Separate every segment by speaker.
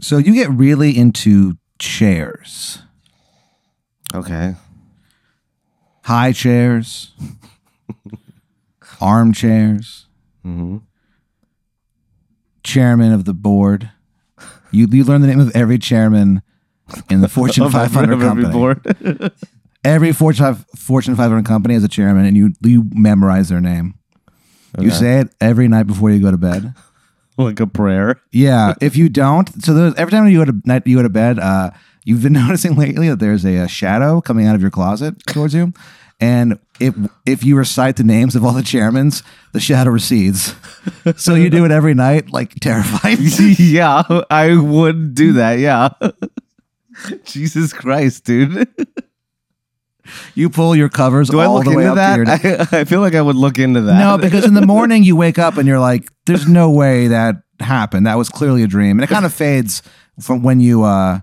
Speaker 1: So you get really into chairs,
Speaker 2: Okay.
Speaker 1: high chairs, armchairs,
Speaker 2: Mhm.
Speaker 1: chairman of the board. You you learn the name of every chairman in the Fortune
Speaker 2: Of every-
Speaker 1: 500
Speaker 2: of every
Speaker 1: company.
Speaker 2: board.
Speaker 1: every Fortune 5, Fortune 500 company has a chairman, and you you memorize their name. You say it every night before you go to bed.
Speaker 2: like a prayer.
Speaker 1: Yeah, if you don't, so there's, every time you go to night, you go to bed. Uh, you've been noticing lately that there's a, uh shadow coming out of your closet towards you, and if if you recite the names of all the chairmans, the shadow recedes. So you do it every night, like terrified.
Speaker 2: yeah, I would do that. Yeah. Jesus Christ, dude.
Speaker 1: You pull your covers
Speaker 2: Do I
Speaker 1: all
Speaker 2: look
Speaker 1: the way
Speaker 2: into
Speaker 1: up to your.
Speaker 2: that? I, I feel like I would look into that.
Speaker 1: No, because in the morning you wake up and you're like, "There's no way that happened. That was clearly a dream." And it kind of fades from when you, uh,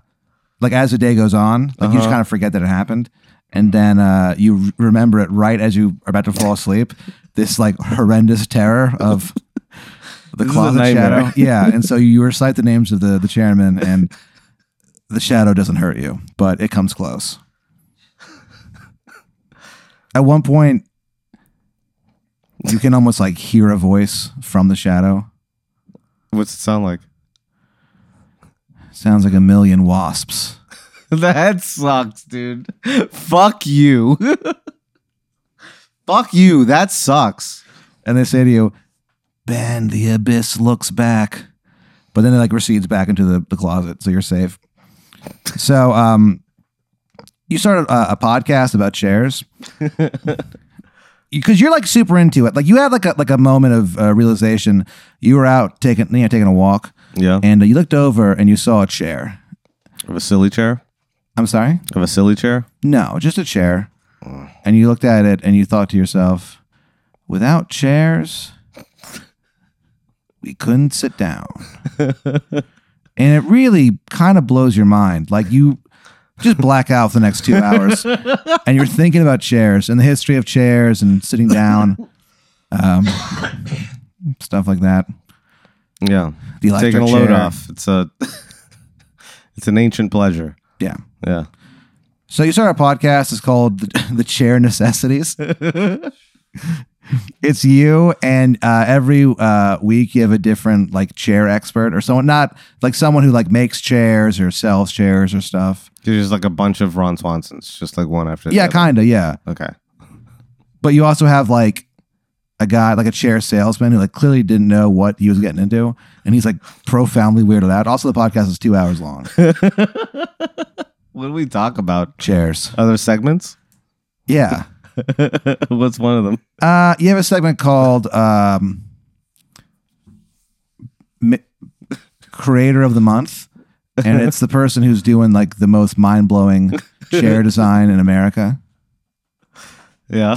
Speaker 1: like, as the day goes on, like
Speaker 2: Uh-huh.
Speaker 1: you just kind of forget that it happened, and then uh, you r- remember it right as you are about to fall asleep. This like horrendous terror of the
Speaker 2: This is a
Speaker 1: closet shadow,
Speaker 2: nightmare.
Speaker 1: yeah. And so you recite the names of the the chairman, and the shadow doesn't hurt you, but it comes close. At one point, you can almost like hear a voice from the shadow.
Speaker 2: What's it sound like?
Speaker 1: Sounds like a million wasps.
Speaker 2: That sucks, dude. Fuck you. Fuck you. That sucks.
Speaker 1: And they say to you, Ben, the abyss looks back. But then it like recedes back into the, the closet, so you're safe. So um you started a, a podcast about chairs. Because you're like super into it. Like you had like a like a moment of uh, realization. You were out taking you know taking a walk,
Speaker 2: Yeah.
Speaker 1: and uh, you looked over and you saw a chair.
Speaker 2: Of a silly chair.
Speaker 1: I'm sorry.
Speaker 2: Of a silly chair.
Speaker 1: No, just a chair. And you looked at it and you thought to yourself, without chairs, we couldn't sit down. and it really kind of blows your mind. Like you just black out for the next two hours and you're thinking about chairs and the history of chairs and sitting down, um, stuff like that.
Speaker 2: Yeah.
Speaker 1: The electric
Speaker 2: Taking a load
Speaker 1: chair.
Speaker 2: off. It's a. it's an ancient pleasure.
Speaker 1: Yeah.
Speaker 2: Yeah.
Speaker 1: So you start a podcast. It's called the, the Chair Necessities. it's you, and uh, every uh, week you have a different like chair expert or someone, not like someone who like makes chairs or sells chairs or stuff.
Speaker 2: There's just like a bunch of Ron Swansons, just like one after the
Speaker 1: Yeah,
Speaker 2: other.
Speaker 1: kind of. Yeah,
Speaker 2: Okay.
Speaker 1: but you also have like a guy like a chair salesman who like clearly didn't know what he was getting into, and he's like profoundly weirded out. Also, the podcast is two hours long.
Speaker 2: What do we talk about?
Speaker 1: Chairs.
Speaker 2: Other segments?
Speaker 1: Yeah.
Speaker 2: What's one of them?
Speaker 1: Uh, you have a segment called um, Mi- Creator of the Month, and it's the person who's doing like the most mind blowing chair design in America.
Speaker 2: Yeah.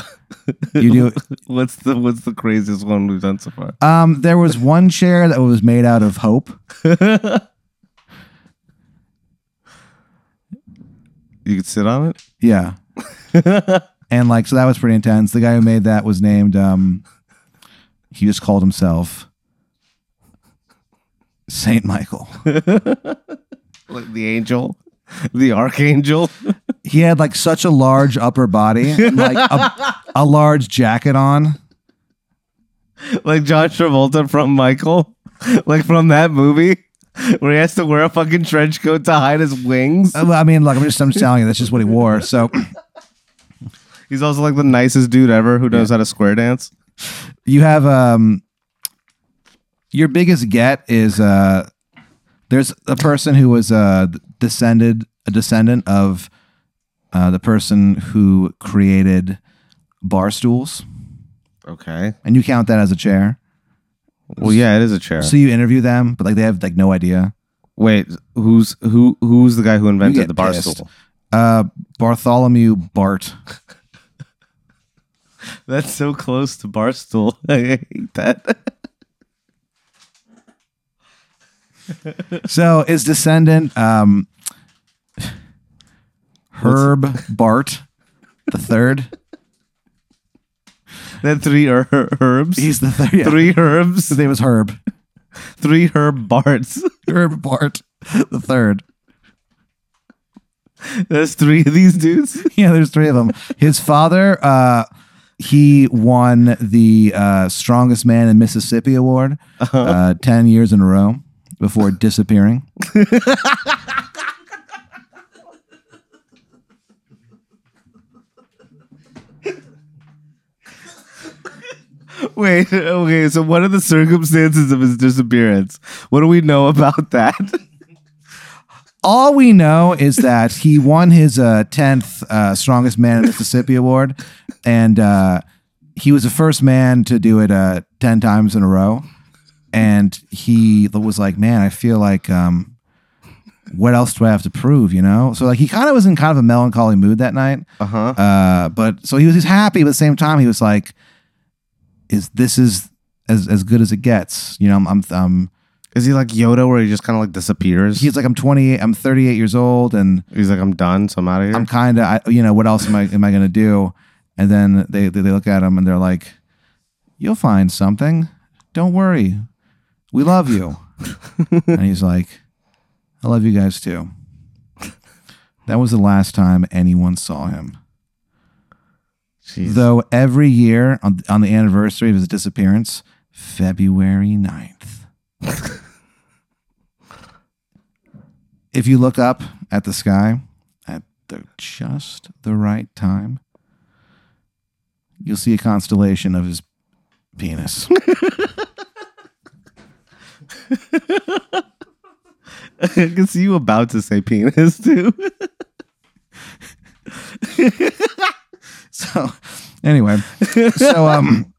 Speaker 1: You
Speaker 2: what's the what's the craziest one we've done so far?
Speaker 1: do. Um, there was one chair that was made out of hope.
Speaker 2: You could sit on it?
Speaker 1: Yeah. and like, so that was pretty intense. The guy who made that was named, um, he just called himself Saint Michael.
Speaker 2: Like the angel? The archangel?
Speaker 1: he had like such a large upper body and like a, a large jacket on
Speaker 2: like John Travolta from Michael? Like from that movie? Where he has to wear a fucking trench coat to hide his wings.
Speaker 1: Uh, well, i mean like i'm just i'm just telling you that's just what he wore so
Speaker 2: He's also like the nicest dude ever who knows how to square dance.
Speaker 1: you have um your biggest get is uh there's a person who was uh descended a descendant of uh the person who created bar stools
Speaker 2: Okay.
Speaker 1: and you count that as a chair
Speaker 2: Well, yeah, it is a chair.
Speaker 1: so you interview them but like they have like no idea
Speaker 2: Wait, who's who? Who's the guy who
Speaker 1: You
Speaker 2: invented
Speaker 1: get
Speaker 2: the bar
Speaker 1: pissed.
Speaker 2: stool?
Speaker 1: uh bartholomew bart
Speaker 2: That's so close to bar stool. I hate that.
Speaker 1: So his descendant, um, Herb Bart the third.
Speaker 2: That three er- herbs,
Speaker 1: He's the third. Yeah.
Speaker 2: three herbs,
Speaker 1: His name was Herb.
Speaker 2: three herb barts.
Speaker 1: Herb Bart. the third.
Speaker 2: There's three of these dudes.
Speaker 1: Yeah, there's three of them. His father, uh, he won the uh, strongest man in Mississippi award uh, ten years in a row before disappearing.
Speaker 2: Wait, okay, so what are the circumstances of his disappearance? What do we know about that?
Speaker 1: All we know is that he won his uh, 10th uh, Strongest Man in Mississippi award, and uh, he was the first man to do it uh, 10 times in a row. And he was like, Man, I feel like, um, what else do I have to prove, you know? So, like, he kind of was in kind of a melancholy mood that night.
Speaker 2: Uh-huh.
Speaker 1: Uh, but so he was, he's happy, but at the same time, he was like, "Is This is as, as good as it gets. You know, I'm, I'm, I'm
Speaker 2: Is he like Yoda where he just kind of like disappears?
Speaker 1: he's like, I'm 28, I'm 38 years old, and
Speaker 2: He's like, I'm done, so I'm out of here.
Speaker 1: I'm kind of, you know, what else am I am I going to do? And then they, they they look at him and they're like, "You'll find something. Don't worry. We love you." and he's like, "I love you guys too." That was the last time anyone saw him.
Speaker 2: Jeez.
Speaker 1: Though every year on, on the anniversary of his disappearance, February 9th. if you look up at the sky at the, just the right time, you'll see a constellation of his penis.
Speaker 2: I can see you about to say penis too.
Speaker 1: so, anyway, so um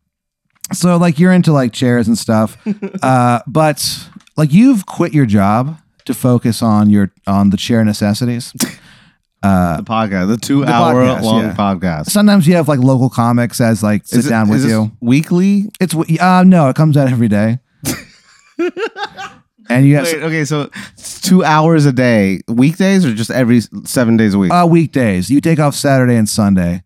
Speaker 1: so like you're into like chairs and stuff uh but like you've quit your job to focus on your on the chair necessities
Speaker 2: the podcast, the two hour
Speaker 1: Uh, podcast,
Speaker 2: long
Speaker 1: yeah.
Speaker 2: podcast.
Speaker 1: sometimes you have like local comics as like sit
Speaker 2: Is it-
Speaker 1: down
Speaker 2: is
Speaker 1: with
Speaker 2: this
Speaker 1: you
Speaker 2: weekly.
Speaker 1: it's w- uh no it comes out every day and you have
Speaker 2: Wait, okay, so it's two hours a day, weekdays or just every s- seven days a week?
Speaker 1: uh weekdays you take off saturday and sunday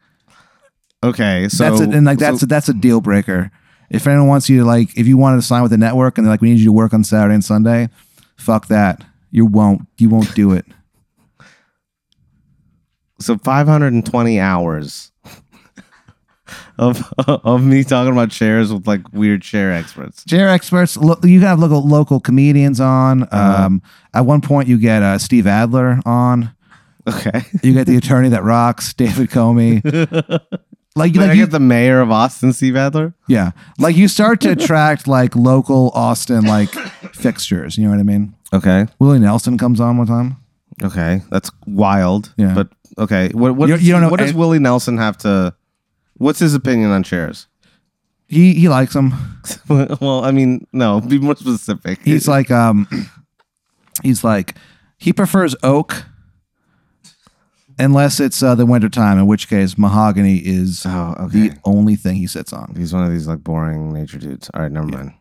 Speaker 2: okay, so
Speaker 1: that's it and like that's
Speaker 2: so,
Speaker 1: a, that's a deal breaker if anyone wants you to like if you wanted to sign with the network and they're like we need you to work on saturday and sunday fuck that you won't you won't do it
Speaker 2: so five hundred and twenty hours of of me talking about chairs with like weird chair experts.
Speaker 1: Chair experts. Lo- you have local local comedians on.
Speaker 2: Uh-huh.
Speaker 1: Um, at one point, you get uh, Steve Adler on.
Speaker 2: Okay,
Speaker 1: You get the attorney that rocks, David Comey. like,
Speaker 2: Did I
Speaker 1: like you,
Speaker 2: get the mayor of Austin, Steve Adler.
Speaker 1: yeah, like you start to attract like local Austin like fixtures. You know what I mean?
Speaker 2: Okay,
Speaker 1: Willie Nelson comes on one time.
Speaker 2: okay, that's wild.
Speaker 1: Yeah.
Speaker 2: but okay, what what
Speaker 1: You- you don't know
Speaker 2: what does
Speaker 1: any-
Speaker 2: Willie Nelson have to? What's his opinion on chairs?
Speaker 1: He he likes him.
Speaker 2: well, I mean, no, be more specific.
Speaker 1: He's like um, he's like he prefers oak. Unless it's uh, the winter time, in which case mahogany is
Speaker 2: oh, okay.
Speaker 1: the only thing he sits on.
Speaker 2: He's one of these like boring nature dudes. All right, never mind.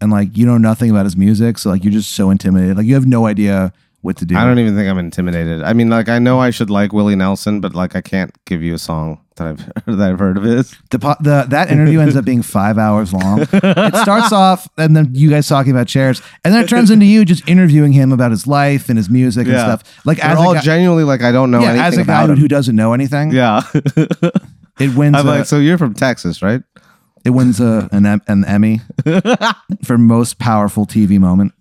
Speaker 1: and like you know nothing about his music, so like you're just so intimidated. Like you have no idea what to do.
Speaker 2: I don't even think I'm intimidated. I mean, like I know I should like Willie Nelson, but like I can't give you a song that I've that I've heard of his.
Speaker 1: the, po- the that interview ends up being five hours long. It starts off and then you guys talking about chairs, and then it turns into you just interviewing him about his life and his music and
Speaker 2: Yeah.
Speaker 1: stuff. Like
Speaker 2: They're
Speaker 1: as
Speaker 2: all
Speaker 1: a guy,
Speaker 2: genuinely like I don't know
Speaker 1: yeah,
Speaker 2: anything
Speaker 1: as a guy
Speaker 2: about him.
Speaker 1: who doesn't know anything,
Speaker 2: yeah,
Speaker 1: it wins.
Speaker 2: I'm
Speaker 1: a-
Speaker 2: like so you're from Texas, right?
Speaker 1: it wins a, an em- an Emmy for most powerful TV moment.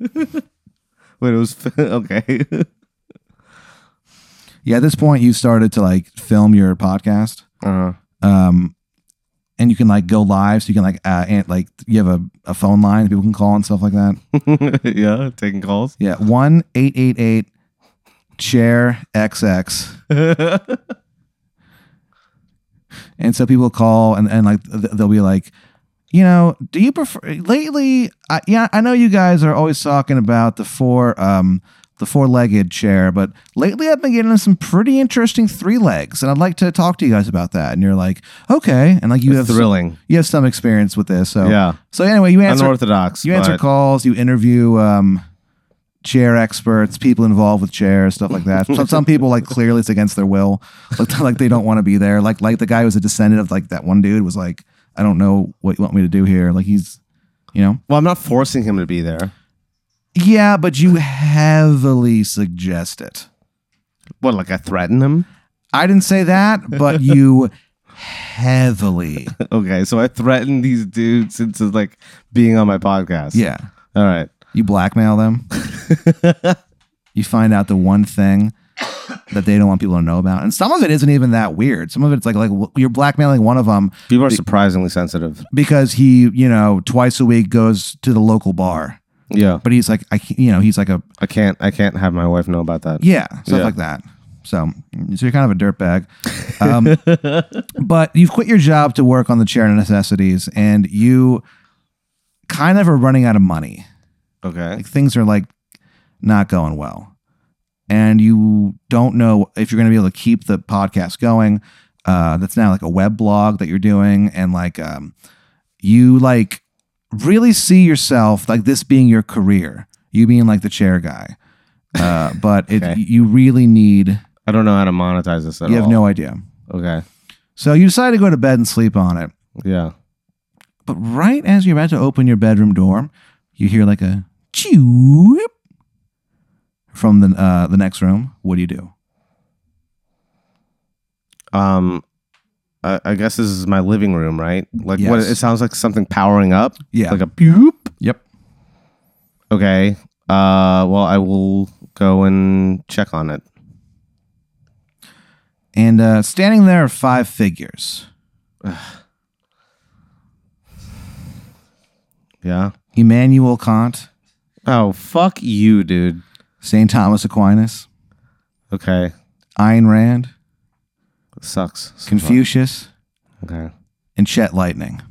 Speaker 2: Wait, it was okay.
Speaker 1: Yeah, at this point you started to like film your podcast.
Speaker 2: uh,
Speaker 1: um, and you can like go live, so you can like uh, and, like you have a, a phone line that people can call and stuff like that.
Speaker 2: yeah, taking calls.
Speaker 1: Yeah, one eight eight eight chair XX, and so people call and and like th- they'll be like, you know, do you prefer lately? I, yeah, I know you guys are always talking about the four um the four legged chair, but lately I've been getting some pretty interesting three legs, and I'd like to talk to you guys about that. And you're like, okay, and like you have some-
Speaker 2: Thrilling.
Speaker 1: you have some experience with this. So
Speaker 2: Yeah.
Speaker 1: So anyway, you answer
Speaker 2: Unorthodox.
Speaker 1: you answer
Speaker 2: but-
Speaker 1: calls, you interview um, chair experts, people involved with chairs, stuff like that. some, some people like clearly it's against their will, like, like they don't want to be there. Like like the guy who was a descendant of like that one dude was like, I don't know what you want me to do here. Like he's, you know,
Speaker 2: Well, I'm not forcing him to be there.
Speaker 1: Yeah, but you heavily suggest it.
Speaker 2: What, like I threaten him?
Speaker 1: I didn't say that, but you heavily.
Speaker 2: Okay, so I threatened these dudes into like being on my podcast.
Speaker 1: Yeah.
Speaker 2: All right.
Speaker 1: You blackmail them. you find out the one thing that they don't want people to know about. And some of it isn't even that weird. Some of it's like like w- you're blackmailing one of them
Speaker 2: People are surprisingly sensitive.
Speaker 1: because he, you know, twice a week goes to the local bar.
Speaker 2: Yeah.
Speaker 1: But he's like I can't- you know, he's like a
Speaker 2: I can't I can't have my wife know about that.
Speaker 1: yeah, stuff
Speaker 2: Yeah.
Speaker 1: like that. So, so you're kind of a dirtbag. Um, but you've quit your job to work on the chair of necessities and you kind of are running out of money.
Speaker 2: Okay.
Speaker 1: like things are like not going well and you don't know if you're going to be able to keep the podcast going uh, that's now like a web blog that you're doing and like um, you like really see yourself like this being your career you being like the chair guy uh, but it,
Speaker 2: Okay.
Speaker 1: you really need
Speaker 2: I don't know how to monetize this at
Speaker 1: you have
Speaker 2: all.
Speaker 1: no idea
Speaker 2: Okay.
Speaker 1: so you decide to go to bed and sleep on it
Speaker 2: Yeah.
Speaker 1: but right as you're about to open your bedroom door, you hear like a chew from the uh, the next room. What do you do?
Speaker 2: Um I, I guess this is my living room, right? Like what
Speaker 1: Yes.
Speaker 2: it sounds like something powering up.
Speaker 1: Yeah.
Speaker 2: Like a boop.
Speaker 1: yep.
Speaker 2: Okay. Uh well I will go and check on it.
Speaker 1: And uh, standing there are five figures.
Speaker 2: Yeah.
Speaker 1: Immanuel Kant,
Speaker 2: Oh fuck you, dude.
Speaker 1: St. Thomas Aquinas,
Speaker 2: Okay.
Speaker 1: Ayn Rand,
Speaker 2: Sucks.
Speaker 1: Confucius,
Speaker 2: Okay.
Speaker 1: and Chet Lightning.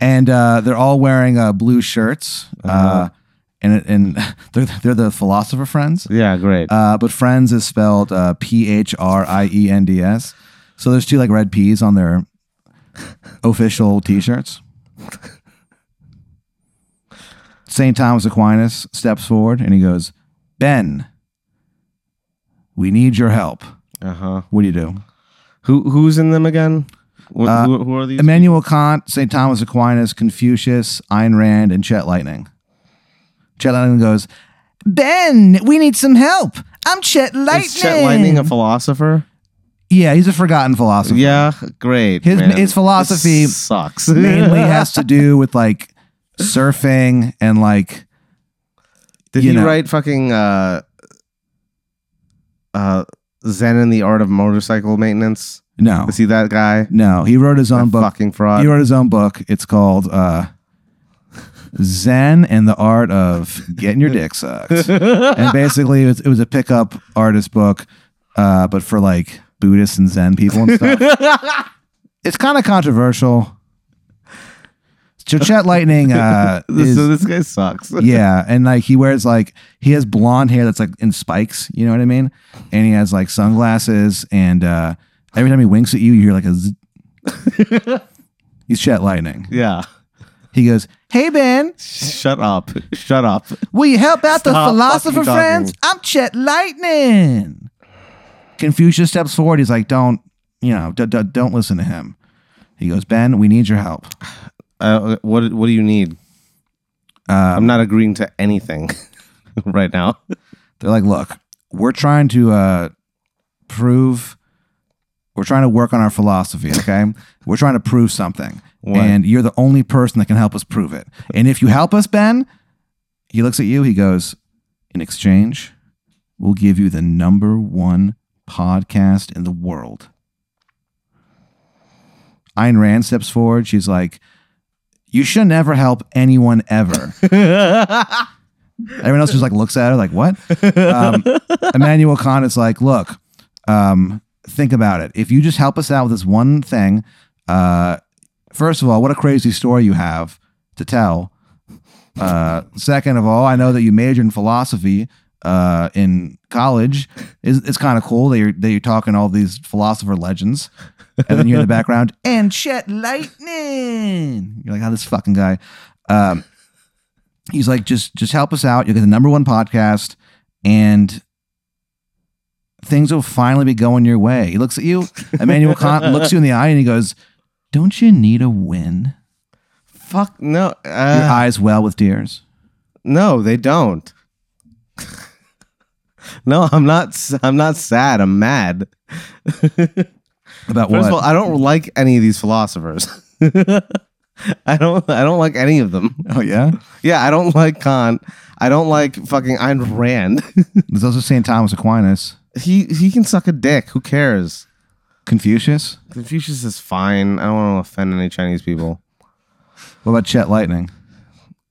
Speaker 1: and uh, they're all wearing uh, blue shirts.
Speaker 2: Uh-huh.
Speaker 1: Uh, and and they're, they're the philosopher friends.
Speaker 2: Yeah, great.
Speaker 1: Uh, but friends is spelled uh, P H R I E N D S. So there's two like red P's on their official T-shirts. St. Thomas Aquinas steps forward and he goes, "Ben, we need your help.
Speaker 2: uh-huh.
Speaker 1: What do you do?"
Speaker 2: Who who's in them again? Wh-
Speaker 1: uh,
Speaker 2: who, who are these?
Speaker 1: Immanuel Kant, St. Thomas Aquinas, Confucius, Ayn Rand, and Chet Lightning. Chet Lightning goes, "Ben, we need some help. I'm Chet Lightning."
Speaker 2: Is Chet Lightning a philosopher?
Speaker 1: Yeah, he's a forgotten philosopher.
Speaker 2: Yeah, great.
Speaker 1: His-
Speaker 2: man.
Speaker 1: his philosophy-
Speaker 2: This sucks.
Speaker 1: Mainly has to do with like surfing and like
Speaker 2: Did
Speaker 1: you
Speaker 2: he
Speaker 1: know.
Speaker 2: write fucking uh, uh, Zen and the Art of Motorcycle Maintenance?
Speaker 1: no,
Speaker 2: Is he that guy?
Speaker 1: no. He wrote his own
Speaker 2: That
Speaker 1: book.
Speaker 2: fucking fraud.
Speaker 1: He wrote his own book. It's called uh, Zen and the Art of Getting Your Dick Sucked. and basically, it was, it was a pickup artist book, uh, but for like Buddhists and Zen people and stuff. it's kind of controversial. So Chet Lightning uh,
Speaker 2: this,
Speaker 1: is,
Speaker 2: so this guy sucks.
Speaker 1: yeah, and like he wears like he has blonde hair that's like in spikes. You know what I mean? And he has like sunglasses, and uh, every time he winks at you, you hear like a. Zzz. He's Chet Lightning.
Speaker 2: Yeah.
Speaker 1: He goes, "Hey Ben,
Speaker 2: Shut up. Shut up.
Speaker 1: will you help out the
Speaker 2: Stop
Speaker 1: philosopher
Speaker 2: fucking talking.
Speaker 1: friends? I'm Chet Lightning." Confucius steps forward. He's like, "Don't you know? D- d- don't listen to him." He goes, "Ben, we need your help."
Speaker 2: Uh, what What do you need?
Speaker 1: Um,
Speaker 2: I'm not agreeing to anything right now.
Speaker 1: They're like, look, we're trying to uh, prove, we're trying to work on our philosophy, okay? we're trying to prove something.
Speaker 2: What?
Speaker 1: And you're the only person that can help us prove it. And if you help us, Ben, he looks at you, he goes, in exchange, we'll give you the number one podcast in the world. Ayn Rand steps forward. She's like, you should never help anyone ever. Everyone else just like looks at her like, what? Um, Emmanuel Kant is like, look, um, think about it. If you just help us out with this one thing, uh, first of all, what a crazy story you have to tell. Uh, second of all, I know that you majored in philosophy uh, in college. It's, it's kind of cool that you're that you're talking all these philosopher legends, and then you're in the background and Chet Lightning. You're like, oh, this fucking guy. Um, he's like, just just help us out. You'll get the number one podcast, and things will finally be going your way. He looks at you, Emmanuel Kant looks you in the eye, and he goes, "Don't you need a win?"
Speaker 2: Fuck no.
Speaker 1: Your
Speaker 2: Uh,
Speaker 1: eyes well with tears.
Speaker 2: No, they don't. no, I'm not. s- I'm not sad. I'm mad.
Speaker 1: About
Speaker 2: First
Speaker 1: what?
Speaker 2: of all, I don't like any of these philosophers. I don't. I don't like any of them.
Speaker 1: oh yeah.
Speaker 2: Yeah, I don't like Kant. I don't like fucking Ayn Rand.
Speaker 1: There's also St. Thomas Aquinas,
Speaker 2: he he can suck a dick. Who cares?
Speaker 1: Confucius.
Speaker 2: Confucius is fine. I don't want to offend any Chinese people.
Speaker 1: What about Chet Lightning?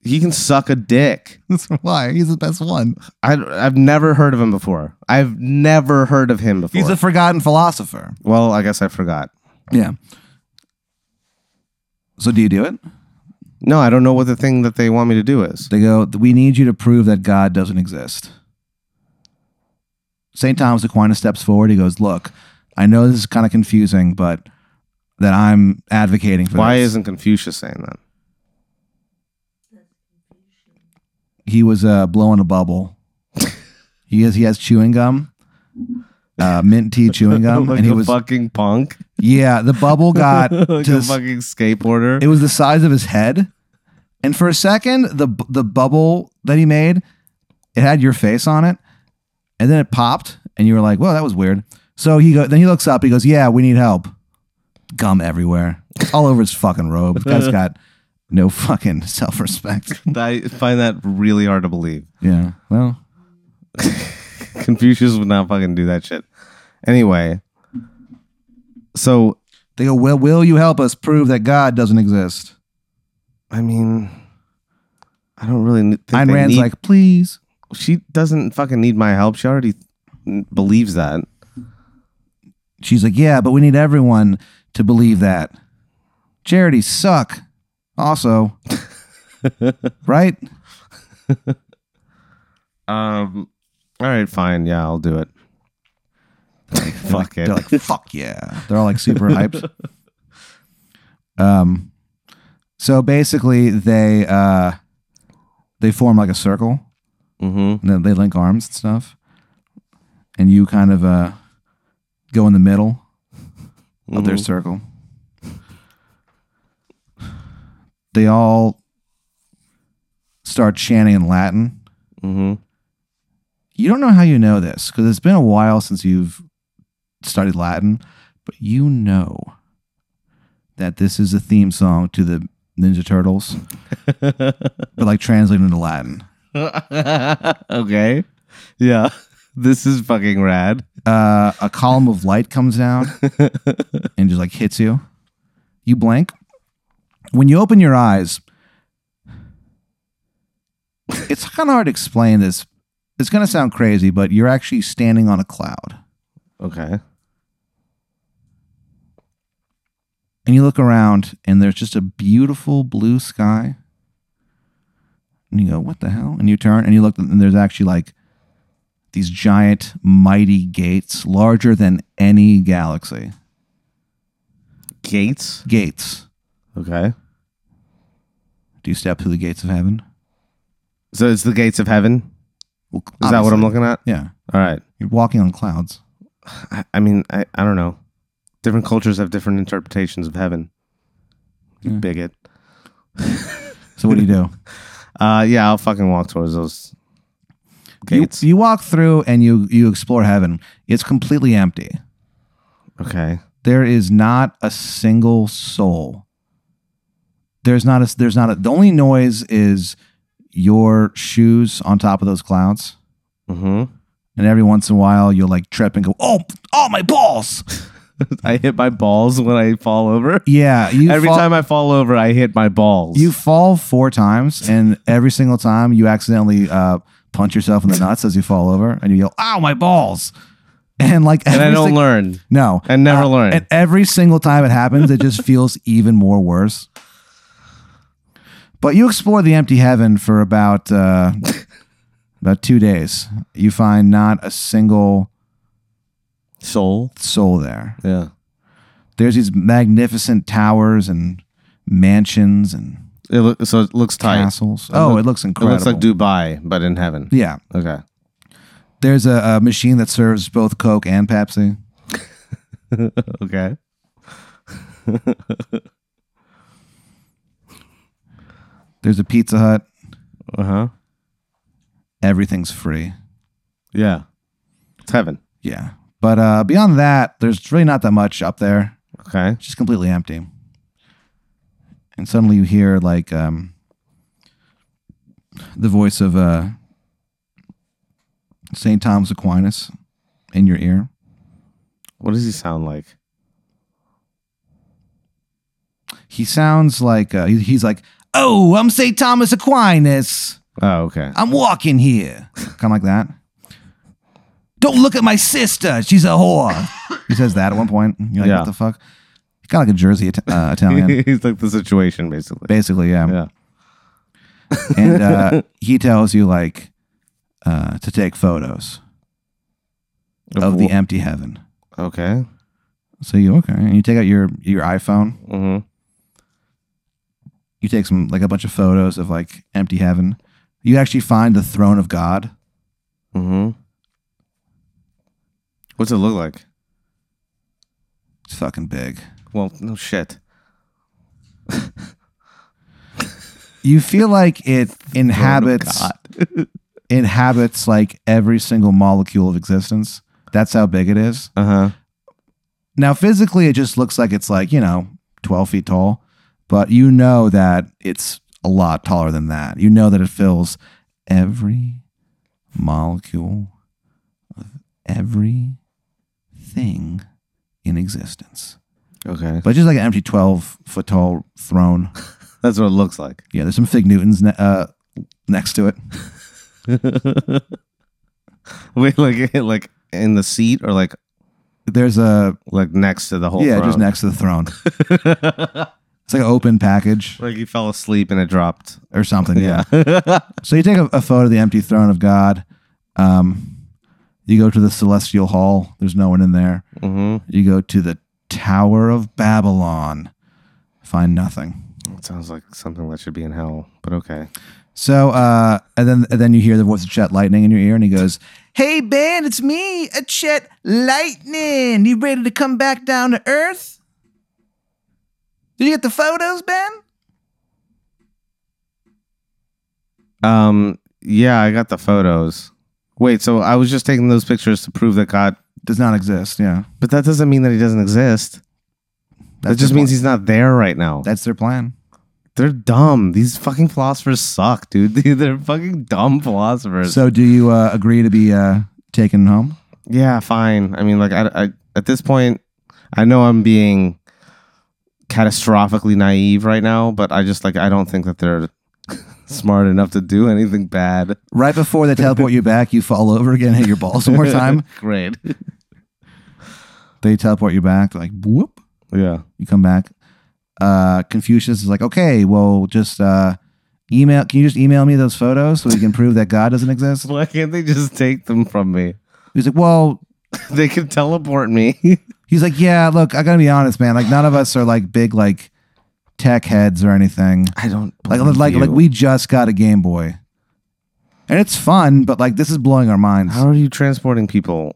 Speaker 2: He can suck a dick.
Speaker 1: Why? He's the best one.
Speaker 2: I, I've never heard of him before. I've never heard of him before.
Speaker 1: He's a forgotten philosopher.
Speaker 2: well, I guess I forgot.
Speaker 1: Yeah. So do you do it?
Speaker 2: No, I don't know what the thing that they want me to do is.
Speaker 1: They go, we need you to prove that God doesn't exist. St. Thomas Aquinas steps forward. He goes, look, I know this is kind of confusing, but that I'm advocating for
Speaker 2: Why
Speaker 1: this.
Speaker 2: isn't Confucius saying that?
Speaker 1: he was uh, blowing a bubble. he has he has chewing gum, uh, mint tea chewing gum,
Speaker 2: like
Speaker 1: Um, and he
Speaker 2: a
Speaker 1: was
Speaker 2: fucking punk,
Speaker 1: yeah. The bubble got
Speaker 2: like
Speaker 1: to
Speaker 2: a
Speaker 1: the s-
Speaker 2: fucking skateboarder.
Speaker 1: it was the size of his head, and for a second the bu- the bubble that he made, it had your face on it, and then it popped, and you were like, "Whoa, that was weird." So he go then he looks up, he goes, "Yeah, we need help." Gum everywhere, all over his fucking robe. The guy's got no fucking self respect.
Speaker 2: I find that really hard to believe.
Speaker 1: Yeah, well,
Speaker 2: Confucius would not fucking do that shit. Anyway, so
Speaker 1: They go, Well, will you help us prove that God doesn't exist?
Speaker 2: I mean, I don't really n- think
Speaker 1: Ayn
Speaker 2: they
Speaker 1: Rand's
Speaker 2: need-
Speaker 1: like, Please.
Speaker 2: she doesn't fucking need my help. She already n- believes that.
Speaker 1: She's like, Yeah, but we need everyone to believe that. Charities suck. Also, right?
Speaker 2: Um, all right, fine. Yeah, I'll do it. Fuck it.
Speaker 1: They're like, Fuck yeah. They're all like super hyped. Um, so basically, they uh, they form like a circle
Speaker 2: mm-hmm.
Speaker 1: and then they link arms and stuff. And you kind of uh, go in the middle of their circle. They all start chanting in Latin.
Speaker 2: Mm-hmm.
Speaker 1: You don't know how you know this because it's been a while since you've studied Latin, but you know that this is a theme song to the Ninja Turtles,
Speaker 2: mm-hmm.
Speaker 1: but like translated into Latin.
Speaker 2: okay. Yeah. This is fucking rad.
Speaker 1: Uh, a column of light comes down and just like hits you. You blink. When you open your eyes, it's kind of hard to explain this. It's going to sound crazy, but you're actually standing on a cloud.
Speaker 2: okay.
Speaker 1: And you look around and there's just a beautiful blue sky. And you go, "What the hell?" And you turn and you look and there's actually like these giant mighty gates larger than any galaxy.
Speaker 2: Gates.
Speaker 1: Gates.
Speaker 2: Okay.
Speaker 1: Do you step through the gates of heaven?
Speaker 2: So it's the gates of heaven.
Speaker 1: Well,
Speaker 2: Is that what I'm looking at?
Speaker 1: Yeah.
Speaker 2: All right.
Speaker 1: You're walking on clouds.
Speaker 2: I, I mean, I, I don't know. Different cultures have different interpretations of heaven. You
Speaker 1: Yeah.
Speaker 2: bigot.
Speaker 1: So what do you do?
Speaker 2: Uh, yeah, I'll fucking walk towards those
Speaker 1: you,
Speaker 2: gates.
Speaker 1: you walk through and you you explore heaven. It's completely empty.
Speaker 2: okay.
Speaker 1: There is not a single soul. There's not a there's not a the only noise is your shoes on top of those clouds.
Speaker 2: hmm
Speaker 1: And every once in a while you'll like trip and go, Oh, oh my balls.
Speaker 2: I hit my balls when I fall over.
Speaker 1: Yeah. You
Speaker 2: Every
Speaker 1: fall,
Speaker 2: time I fall over, I hit my balls.
Speaker 1: you fall four times and every single time you accidentally uh, punch yourself in the nuts as you fall over and you yell, Ow, my balls. And like
Speaker 2: and I
Speaker 1: every
Speaker 2: don't
Speaker 1: sing-
Speaker 2: learn.
Speaker 1: No.
Speaker 2: I never learn.
Speaker 1: And every single time it happens, it just feels even more worse. But you explore the empty heaven for about uh, about two days. You find not a single
Speaker 2: Soul.
Speaker 1: soul there.
Speaker 2: Yeah.
Speaker 1: There's these magnificent towers and mansions and
Speaker 2: It loo- so it looks tight.
Speaker 1: castles.
Speaker 2: It
Speaker 1: Oh,
Speaker 2: look-
Speaker 1: it looks
Speaker 2: It
Speaker 1: incredible.
Speaker 2: looks like Dubai, but in heaven.
Speaker 1: yeah.
Speaker 2: Okay.
Speaker 1: There's a, a machine that serves both Coke and Pepsi.
Speaker 2: Okay.
Speaker 1: There's a Pizza Hut.
Speaker 2: Uh huh.
Speaker 1: everything's free.
Speaker 2: Yeah. It's heaven.
Speaker 1: Yeah. But uh, beyond that, there's really not that much up there.
Speaker 2: Okay.
Speaker 1: It's just completely empty. And suddenly you hear like um, the voice of uh, St. Thomas Aquinas in your ear.
Speaker 2: What does he sound like?
Speaker 1: He sounds like uh, he- he's like, "Oh, I'm St. Thomas Aquinas.
Speaker 2: Oh, okay.
Speaker 1: I'm walking here." kind of like that. Don't look at my sister. She's a whore. he says that at one point. You're like,
Speaker 2: Yeah.
Speaker 1: "What the fuck?" Kind of like a Jersey Ita- uh, Italian,
Speaker 2: He's like the situation, basically.
Speaker 1: basically. Yeah.
Speaker 2: Yeah.
Speaker 1: and uh, he tells you like uh, to take photos of the
Speaker 2: wh-
Speaker 1: empty heaven.
Speaker 2: Okay.
Speaker 1: So you okay? And you take out your your iPhone.
Speaker 2: hmm
Speaker 1: You take some like a bunch of photos of like empty heaven. You actually find the throne of God.
Speaker 2: hmm What's it look like?
Speaker 1: It's fucking big.
Speaker 2: Well, no shit.
Speaker 1: You feel like it inhabits inhabits like every single molecule of existence. That's how big it is.
Speaker 2: Uh huh.
Speaker 1: Now physically, it just looks like it's like you know twelve feet tall, but you know that it's a lot taller than that. You know that it fills every molecule of every thing in existence.
Speaker 2: Okay.
Speaker 1: But just like an empty twelve foot tall throne.
Speaker 2: That's what it looks like.
Speaker 1: Yeah, there's some fig Newtons ne- uh, next to it.
Speaker 2: Wait, like like in the seat or like
Speaker 1: There's a
Speaker 2: like next to the whole
Speaker 1: yeah, just
Speaker 2: throne?
Speaker 1: next to the throne. it's like an open package
Speaker 2: like you fell asleep and it dropped.
Speaker 1: or something. yeah.
Speaker 2: yeah.
Speaker 1: So you take a, a photo of the empty throne of God. Um, you go to the celestial hall. There's no one in there.
Speaker 2: hmm
Speaker 1: You go to the Tower of Babylon. Find nothing.
Speaker 2: It sounds like something that should be in hell, but okay.
Speaker 1: So uh, and then and then you hear the voice of Chet Lightning in your ear, and he goes, "Hey Ben, it's me, a Chet Lightning. You ready to come back down to Earth? Did you get the photos, Ben?
Speaker 2: Um. Yeah, I got the photos. Wait, so I was just taking those pictures to prove that God,
Speaker 1: Does not exist. Yeah,
Speaker 2: but that doesn't mean that He doesn't exist. that just
Speaker 1: their
Speaker 2: means
Speaker 1: plan.
Speaker 2: He's not there right now.
Speaker 1: that's their plan.
Speaker 2: They're dumb. These fucking philosophers suck, dude. They're fucking dumb philosophers.
Speaker 1: So do you uh, agree to be uh, taken home?
Speaker 2: yeah, fine. I mean, like, I, I at this point, I know I'm being catastrophically naive right now, but I just like I don't think that they're smart enough to do anything bad.
Speaker 1: Right before they teleport you back, you fall over again, hit your balls one more time.
Speaker 2: Great.
Speaker 1: They teleport you back, like whoop.
Speaker 2: Yeah.
Speaker 1: You come back. Uh, Confucius is like, okay, well, just uh, email. Can you just email me those photos so we can prove that God doesn't exist?
Speaker 2: Why can't they just take them from me?
Speaker 1: He's like, well,
Speaker 2: They can teleport me.
Speaker 1: he's like, yeah. Look, I gotta be honest, man. Like, none of us are like big like tech heads or anything.
Speaker 2: I don't
Speaker 1: Like, like, like we just got a Game Boy, and it's fun, but like this is blowing our minds.
Speaker 2: How are you transporting people?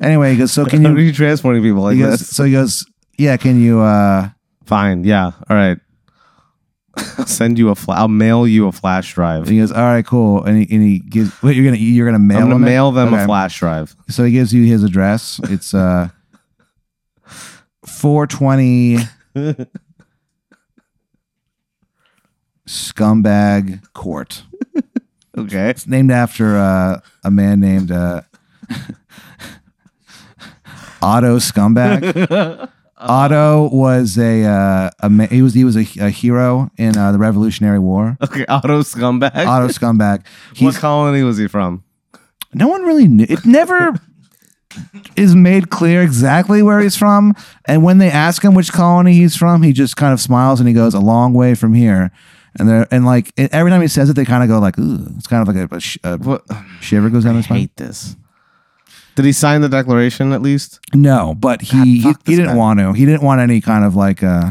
Speaker 1: Anyway, he goes, so can
Speaker 2: How are
Speaker 1: you?
Speaker 2: you transporting people like
Speaker 1: He goes,
Speaker 2: this?
Speaker 1: so he goes, yeah. Can you? uh
Speaker 2: Fine. Yeah. All right. I'll send you a. Fl- I'll mail you a flash drive.
Speaker 1: And he goes, all right, cool. And he, and he gives, wait, you're gonna you're gonna mail
Speaker 2: I'm gonna
Speaker 1: him it?
Speaker 2: mail them
Speaker 1: Okay.
Speaker 2: a flash drive.
Speaker 1: So he gives you his address. It's uh, four twenty scumbag court.
Speaker 2: Okay.
Speaker 1: It's named after uh, a man named uh, Otto Scumbag. Otto was a uh, a ma- he was he was a, a hero in uh, the Revolutionary War.
Speaker 2: Okay. Auto scumbag.
Speaker 1: Otto Scumbag.
Speaker 2: what
Speaker 1: He's
Speaker 2: colony was he from?
Speaker 1: no one really knew. It never is made clear exactly where he's from. And when they ask him which colony he's from, he just kind of smiles and he goes a long way from here. And they're and like e-, every time he says it, they kind of go like, "Ooh," it's kind of like a, a, sh- a
Speaker 2: What?
Speaker 1: shiver goes down
Speaker 2: I
Speaker 1: his spine.
Speaker 2: hate this. Did he sign the declaration at least?
Speaker 1: No, but he
Speaker 2: God, fuck
Speaker 1: he, he
Speaker 2: this
Speaker 1: didn't
Speaker 2: guy.
Speaker 1: want to. He didn't want any kind of like uh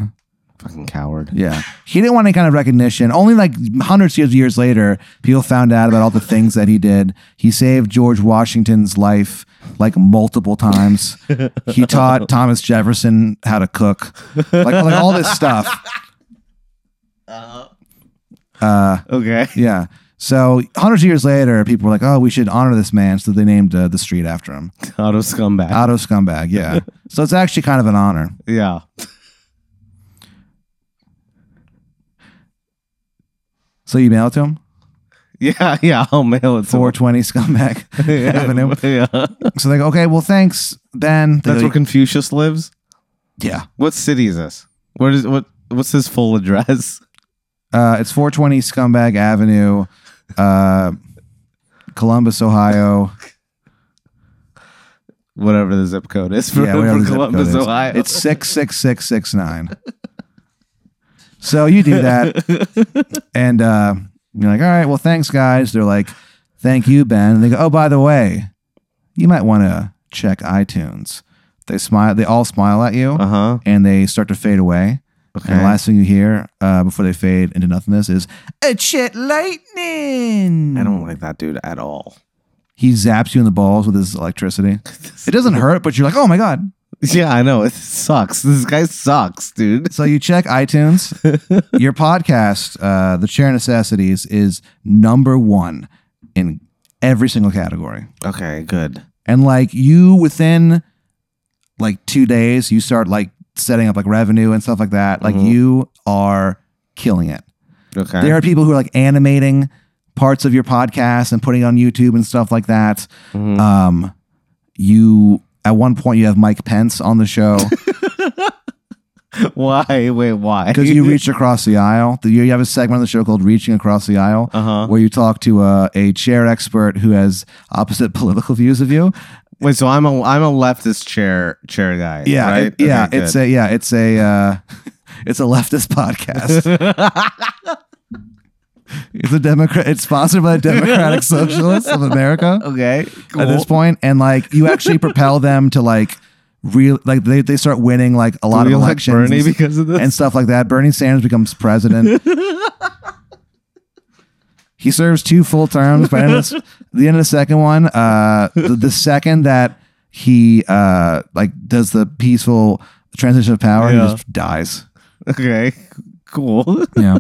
Speaker 2: Fucking coward.
Speaker 1: yeah. He didn't want any kind of recognition. Only like hundreds of years later, people found out about all the things that he did. He saved George Washington's life like multiple times. he taught Thomas Jefferson how to cook. Like, like all this stuff.
Speaker 2: Okay.
Speaker 1: Yeah. So hundreds of years later, people were like, "Oh, we should honor this man," so they named uh, the street after him.
Speaker 2: Auto scumbag.
Speaker 1: Otto Scumbag. Yeah. so it's actually kind of an honor.
Speaker 2: yeah.
Speaker 1: So you mail it to him.
Speaker 2: Yeah, yeah. I'll mail it to
Speaker 1: Four twenty Scumbag Avenue.
Speaker 2: yeah.
Speaker 1: So they go, "Okay, well, thanks, Ben." They
Speaker 2: That's
Speaker 1: go,
Speaker 2: where Confucius lives.
Speaker 1: yeah.
Speaker 2: What city is this? Where is what? What's his full address?
Speaker 1: Uh, it's four twenty Scumbag Avenue, uh, Columbus, Ohio.
Speaker 2: Whatever the zip code is for,
Speaker 1: yeah, whatever
Speaker 2: for
Speaker 1: the zip code
Speaker 2: Columbus,
Speaker 1: is.
Speaker 2: Ohio.
Speaker 1: It's six six six six nine. so you do that, and uh, you're like, all right, well, thanks, guys. They're like, thank you, Ben. And they go, oh, by the way, you might want to check iTunes. They smile. They all smile at you,
Speaker 2: uh huh.
Speaker 1: and they start to fade away.
Speaker 2: Okay.
Speaker 1: And the last thing you hear uh, before they fade into nothingness is a shit lightning.
Speaker 2: I don't like that dude at all.
Speaker 1: He zaps you in the balls with his electricity. It doesn't hurt, but you're like, oh my god.
Speaker 2: Yeah, I know. It sucks. This guy sucks, dude.
Speaker 1: So you check iTunes. Your podcast, uh, The Chair Necessities, is number one in every single category.
Speaker 2: Okay, good.
Speaker 1: And like you, within like two days, you start like setting up like revenue and stuff like that. Like
Speaker 2: Mhm.
Speaker 1: you are killing it.
Speaker 2: Okay.
Speaker 1: There are people who are like animating parts of your podcast and putting it on YouTube and stuff like that.
Speaker 2: Mhm.
Speaker 1: Um, you at one point you have Mike Pence on the show.
Speaker 2: why? Wait, why?
Speaker 1: because you reached across the aisle. The- You have a segment on the show called "Reaching Across the Aisle,"
Speaker 2: Uh huh.
Speaker 1: where you talk to a, a chair expert who has opposite political views of you.
Speaker 2: Wait, so I'm a I'm a leftist chair chair guy.
Speaker 1: Yeah,
Speaker 2: right?
Speaker 1: it- yeah,
Speaker 2: Okay,
Speaker 1: it's
Speaker 2: good.
Speaker 1: a yeah, it's a uh, it's a leftist podcast. it's a Democrat. It's sponsored by the Democratic Socialists of America
Speaker 2: okay.
Speaker 1: at
Speaker 2: Cool.
Speaker 1: this point, and like you actually propel them to like real like they they start winning like a lot of
Speaker 2: Do we elect
Speaker 1: elections.
Speaker 2: Bernie because of this.
Speaker 1: and stuff like that. Bernie Sanders becomes president. he serves two full terms. By the end of this- the end of the second one, uh, the, the second that he uh, like does the peaceful transition of power,
Speaker 2: Yeah.
Speaker 1: he just dies.
Speaker 2: okay. Cool.
Speaker 1: Yeah.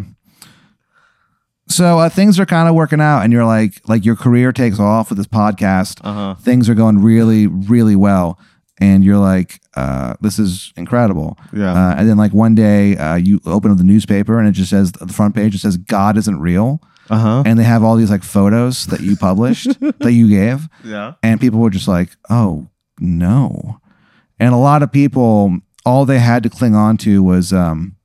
Speaker 1: so uh, things are kind of working out, and you're like, like your career takes off with this podcast
Speaker 2: Uh huh.
Speaker 1: things are going really, really well. And you're like, uh, this is incredible.
Speaker 2: Yeah.
Speaker 1: Uh, and then like one day uh, you open up the newspaper and it just says the front page, it says God isn't real.
Speaker 2: Uh huh.
Speaker 1: And they have all these like photos that you published that you gave.
Speaker 2: Yeah.
Speaker 1: And people were just like, oh no. And a lot of people, all they had to cling on to was um,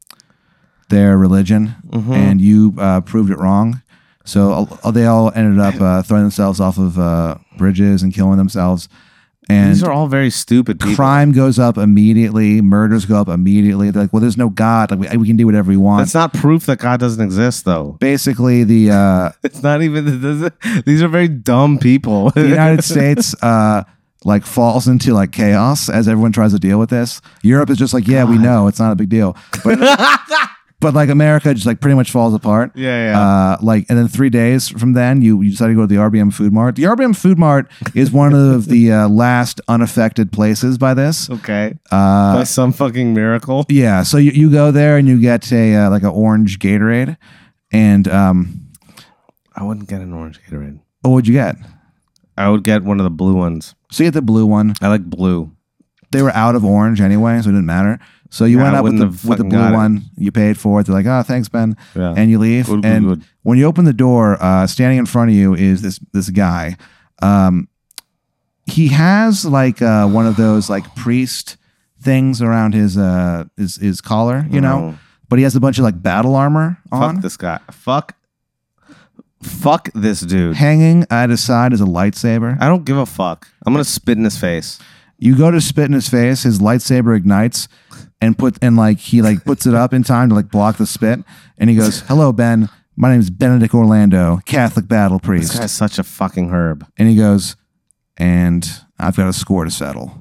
Speaker 1: their religion.
Speaker 2: Mhm.
Speaker 1: And you uh, proved it wrong. So uh, they all ended up uh, throwing themselves off of uh, bridges and killing themselves. And
Speaker 2: These are all very stupid people.
Speaker 1: crime goes up immediately. Murders go up immediately. They're like, well, there's no God. Like, we, we can do whatever we want.
Speaker 2: That's not proof that God doesn't exist, though.
Speaker 1: Basically, the. Uh,
Speaker 2: It's not even. it doesn't- These are very dumb people.
Speaker 1: the United States uh, like falls into like chaos as everyone tries to deal with this. Europe is just like, yeah, we know it's not a big deal, but but like America just like pretty much falls apart.
Speaker 2: Yeah, yeah.
Speaker 1: Uh, like and then three days from then, you you decide to go to the RBM Food Mart. The RBM Food Mart is one of the uh, last unaffected places by this.
Speaker 2: okay.
Speaker 1: Uh,
Speaker 2: By some fucking miracle.
Speaker 1: yeah, so you, you go there and you get a uh, like an orange Gatorade, and um,
Speaker 2: I wouldn't get an orange Gatorade.
Speaker 1: oh, what'd you get?
Speaker 2: I would get one of the blue ones.
Speaker 1: So you get the blue one.
Speaker 2: I like blue.
Speaker 1: they were out of orange anyway, so it didn't matter. So you
Speaker 2: Yeah,
Speaker 1: went
Speaker 2: I
Speaker 1: up with
Speaker 2: wouldn't
Speaker 1: the
Speaker 2: have
Speaker 1: with the
Speaker 2: fucking
Speaker 1: blue
Speaker 2: got it.
Speaker 1: one. You paid for it. They're like, oh, thanks, Ben,
Speaker 2: Yeah.
Speaker 1: and you leave.
Speaker 2: Good, good,
Speaker 1: and
Speaker 2: good.
Speaker 1: when you open the door, uh, standing in front of you is this this guy. Um, he has like uh, one of those like priest things around his uh his, his collar, you know.
Speaker 2: No.
Speaker 1: But he has a bunch of like battle armor
Speaker 2: Oh. Fuck
Speaker 1: on.
Speaker 2: this guy. Fuck. Fuck this dude.
Speaker 1: Hanging at his side is a lightsaber.
Speaker 2: I don't give a fuck. I'm gonna spit in his face.
Speaker 1: You go to spit in his face, his lightsaber ignites and put and like he like puts it up in time to like block the spit and he goes, "Hello Ben, my name is Benedict Orlando, Catholic battle
Speaker 2: This
Speaker 1: priest."
Speaker 2: guy's such a fucking herb.
Speaker 1: And he goes, "And I've got a score to settle."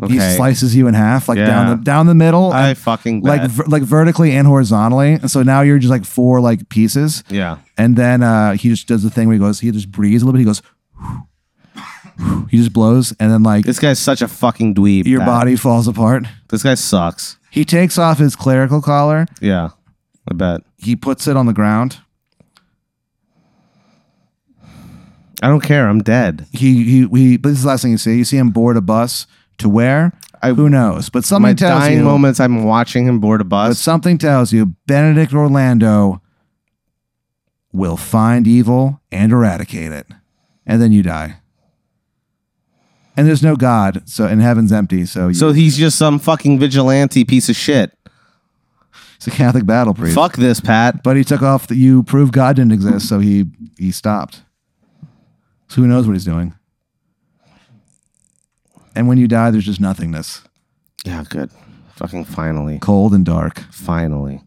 Speaker 2: Okay.
Speaker 1: He slices you in half like
Speaker 2: Yeah.
Speaker 1: down the down the middle
Speaker 2: I
Speaker 1: and,
Speaker 2: fucking
Speaker 1: like
Speaker 2: bet.
Speaker 1: ver- like vertically and horizontally. And so now you're just like four like pieces.
Speaker 2: yeah.
Speaker 1: And then uh, he just does the thing where he goes, he just breathes a little bit, he goes he just blows and then like
Speaker 2: This guy's such a fucking dweeb.
Speaker 1: your
Speaker 2: Pat.
Speaker 1: body falls apart.
Speaker 2: This guy sucks.
Speaker 1: He takes off his clerical collar.
Speaker 2: Yeah. I bet.
Speaker 1: He puts it on the ground.
Speaker 2: I don't care. I'm dead.
Speaker 1: He he he. But this is the last thing you see. You see him board a bus to where?
Speaker 2: I-
Speaker 1: Who knows? But
Speaker 2: My
Speaker 1: something tells
Speaker 2: dying
Speaker 1: you.
Speaker 2: moments, I'm watching him board a
Speaker 1: But
Speaker 2: bus.
Speaker 1: something tells you Benedict Orlando will find evil and eradicate it, and then you die. And there's no God, so and heaven's empty. So you-
Speaker 2: So he's just some fucking vigilante piece of shit.
Speaker 1: it's a Catholic battle priest.
Speaker 2: Fuck this, Pat.
Speaker 1: But he took off. The, you proved God didn't exist, so he he stopped. So who knows what he's doing? And when you die, there's just nothingness,
Speaker 2: Yeah, good. Fucking finally.
Speaker 1: cold and dark.
Speaker 2: Finally.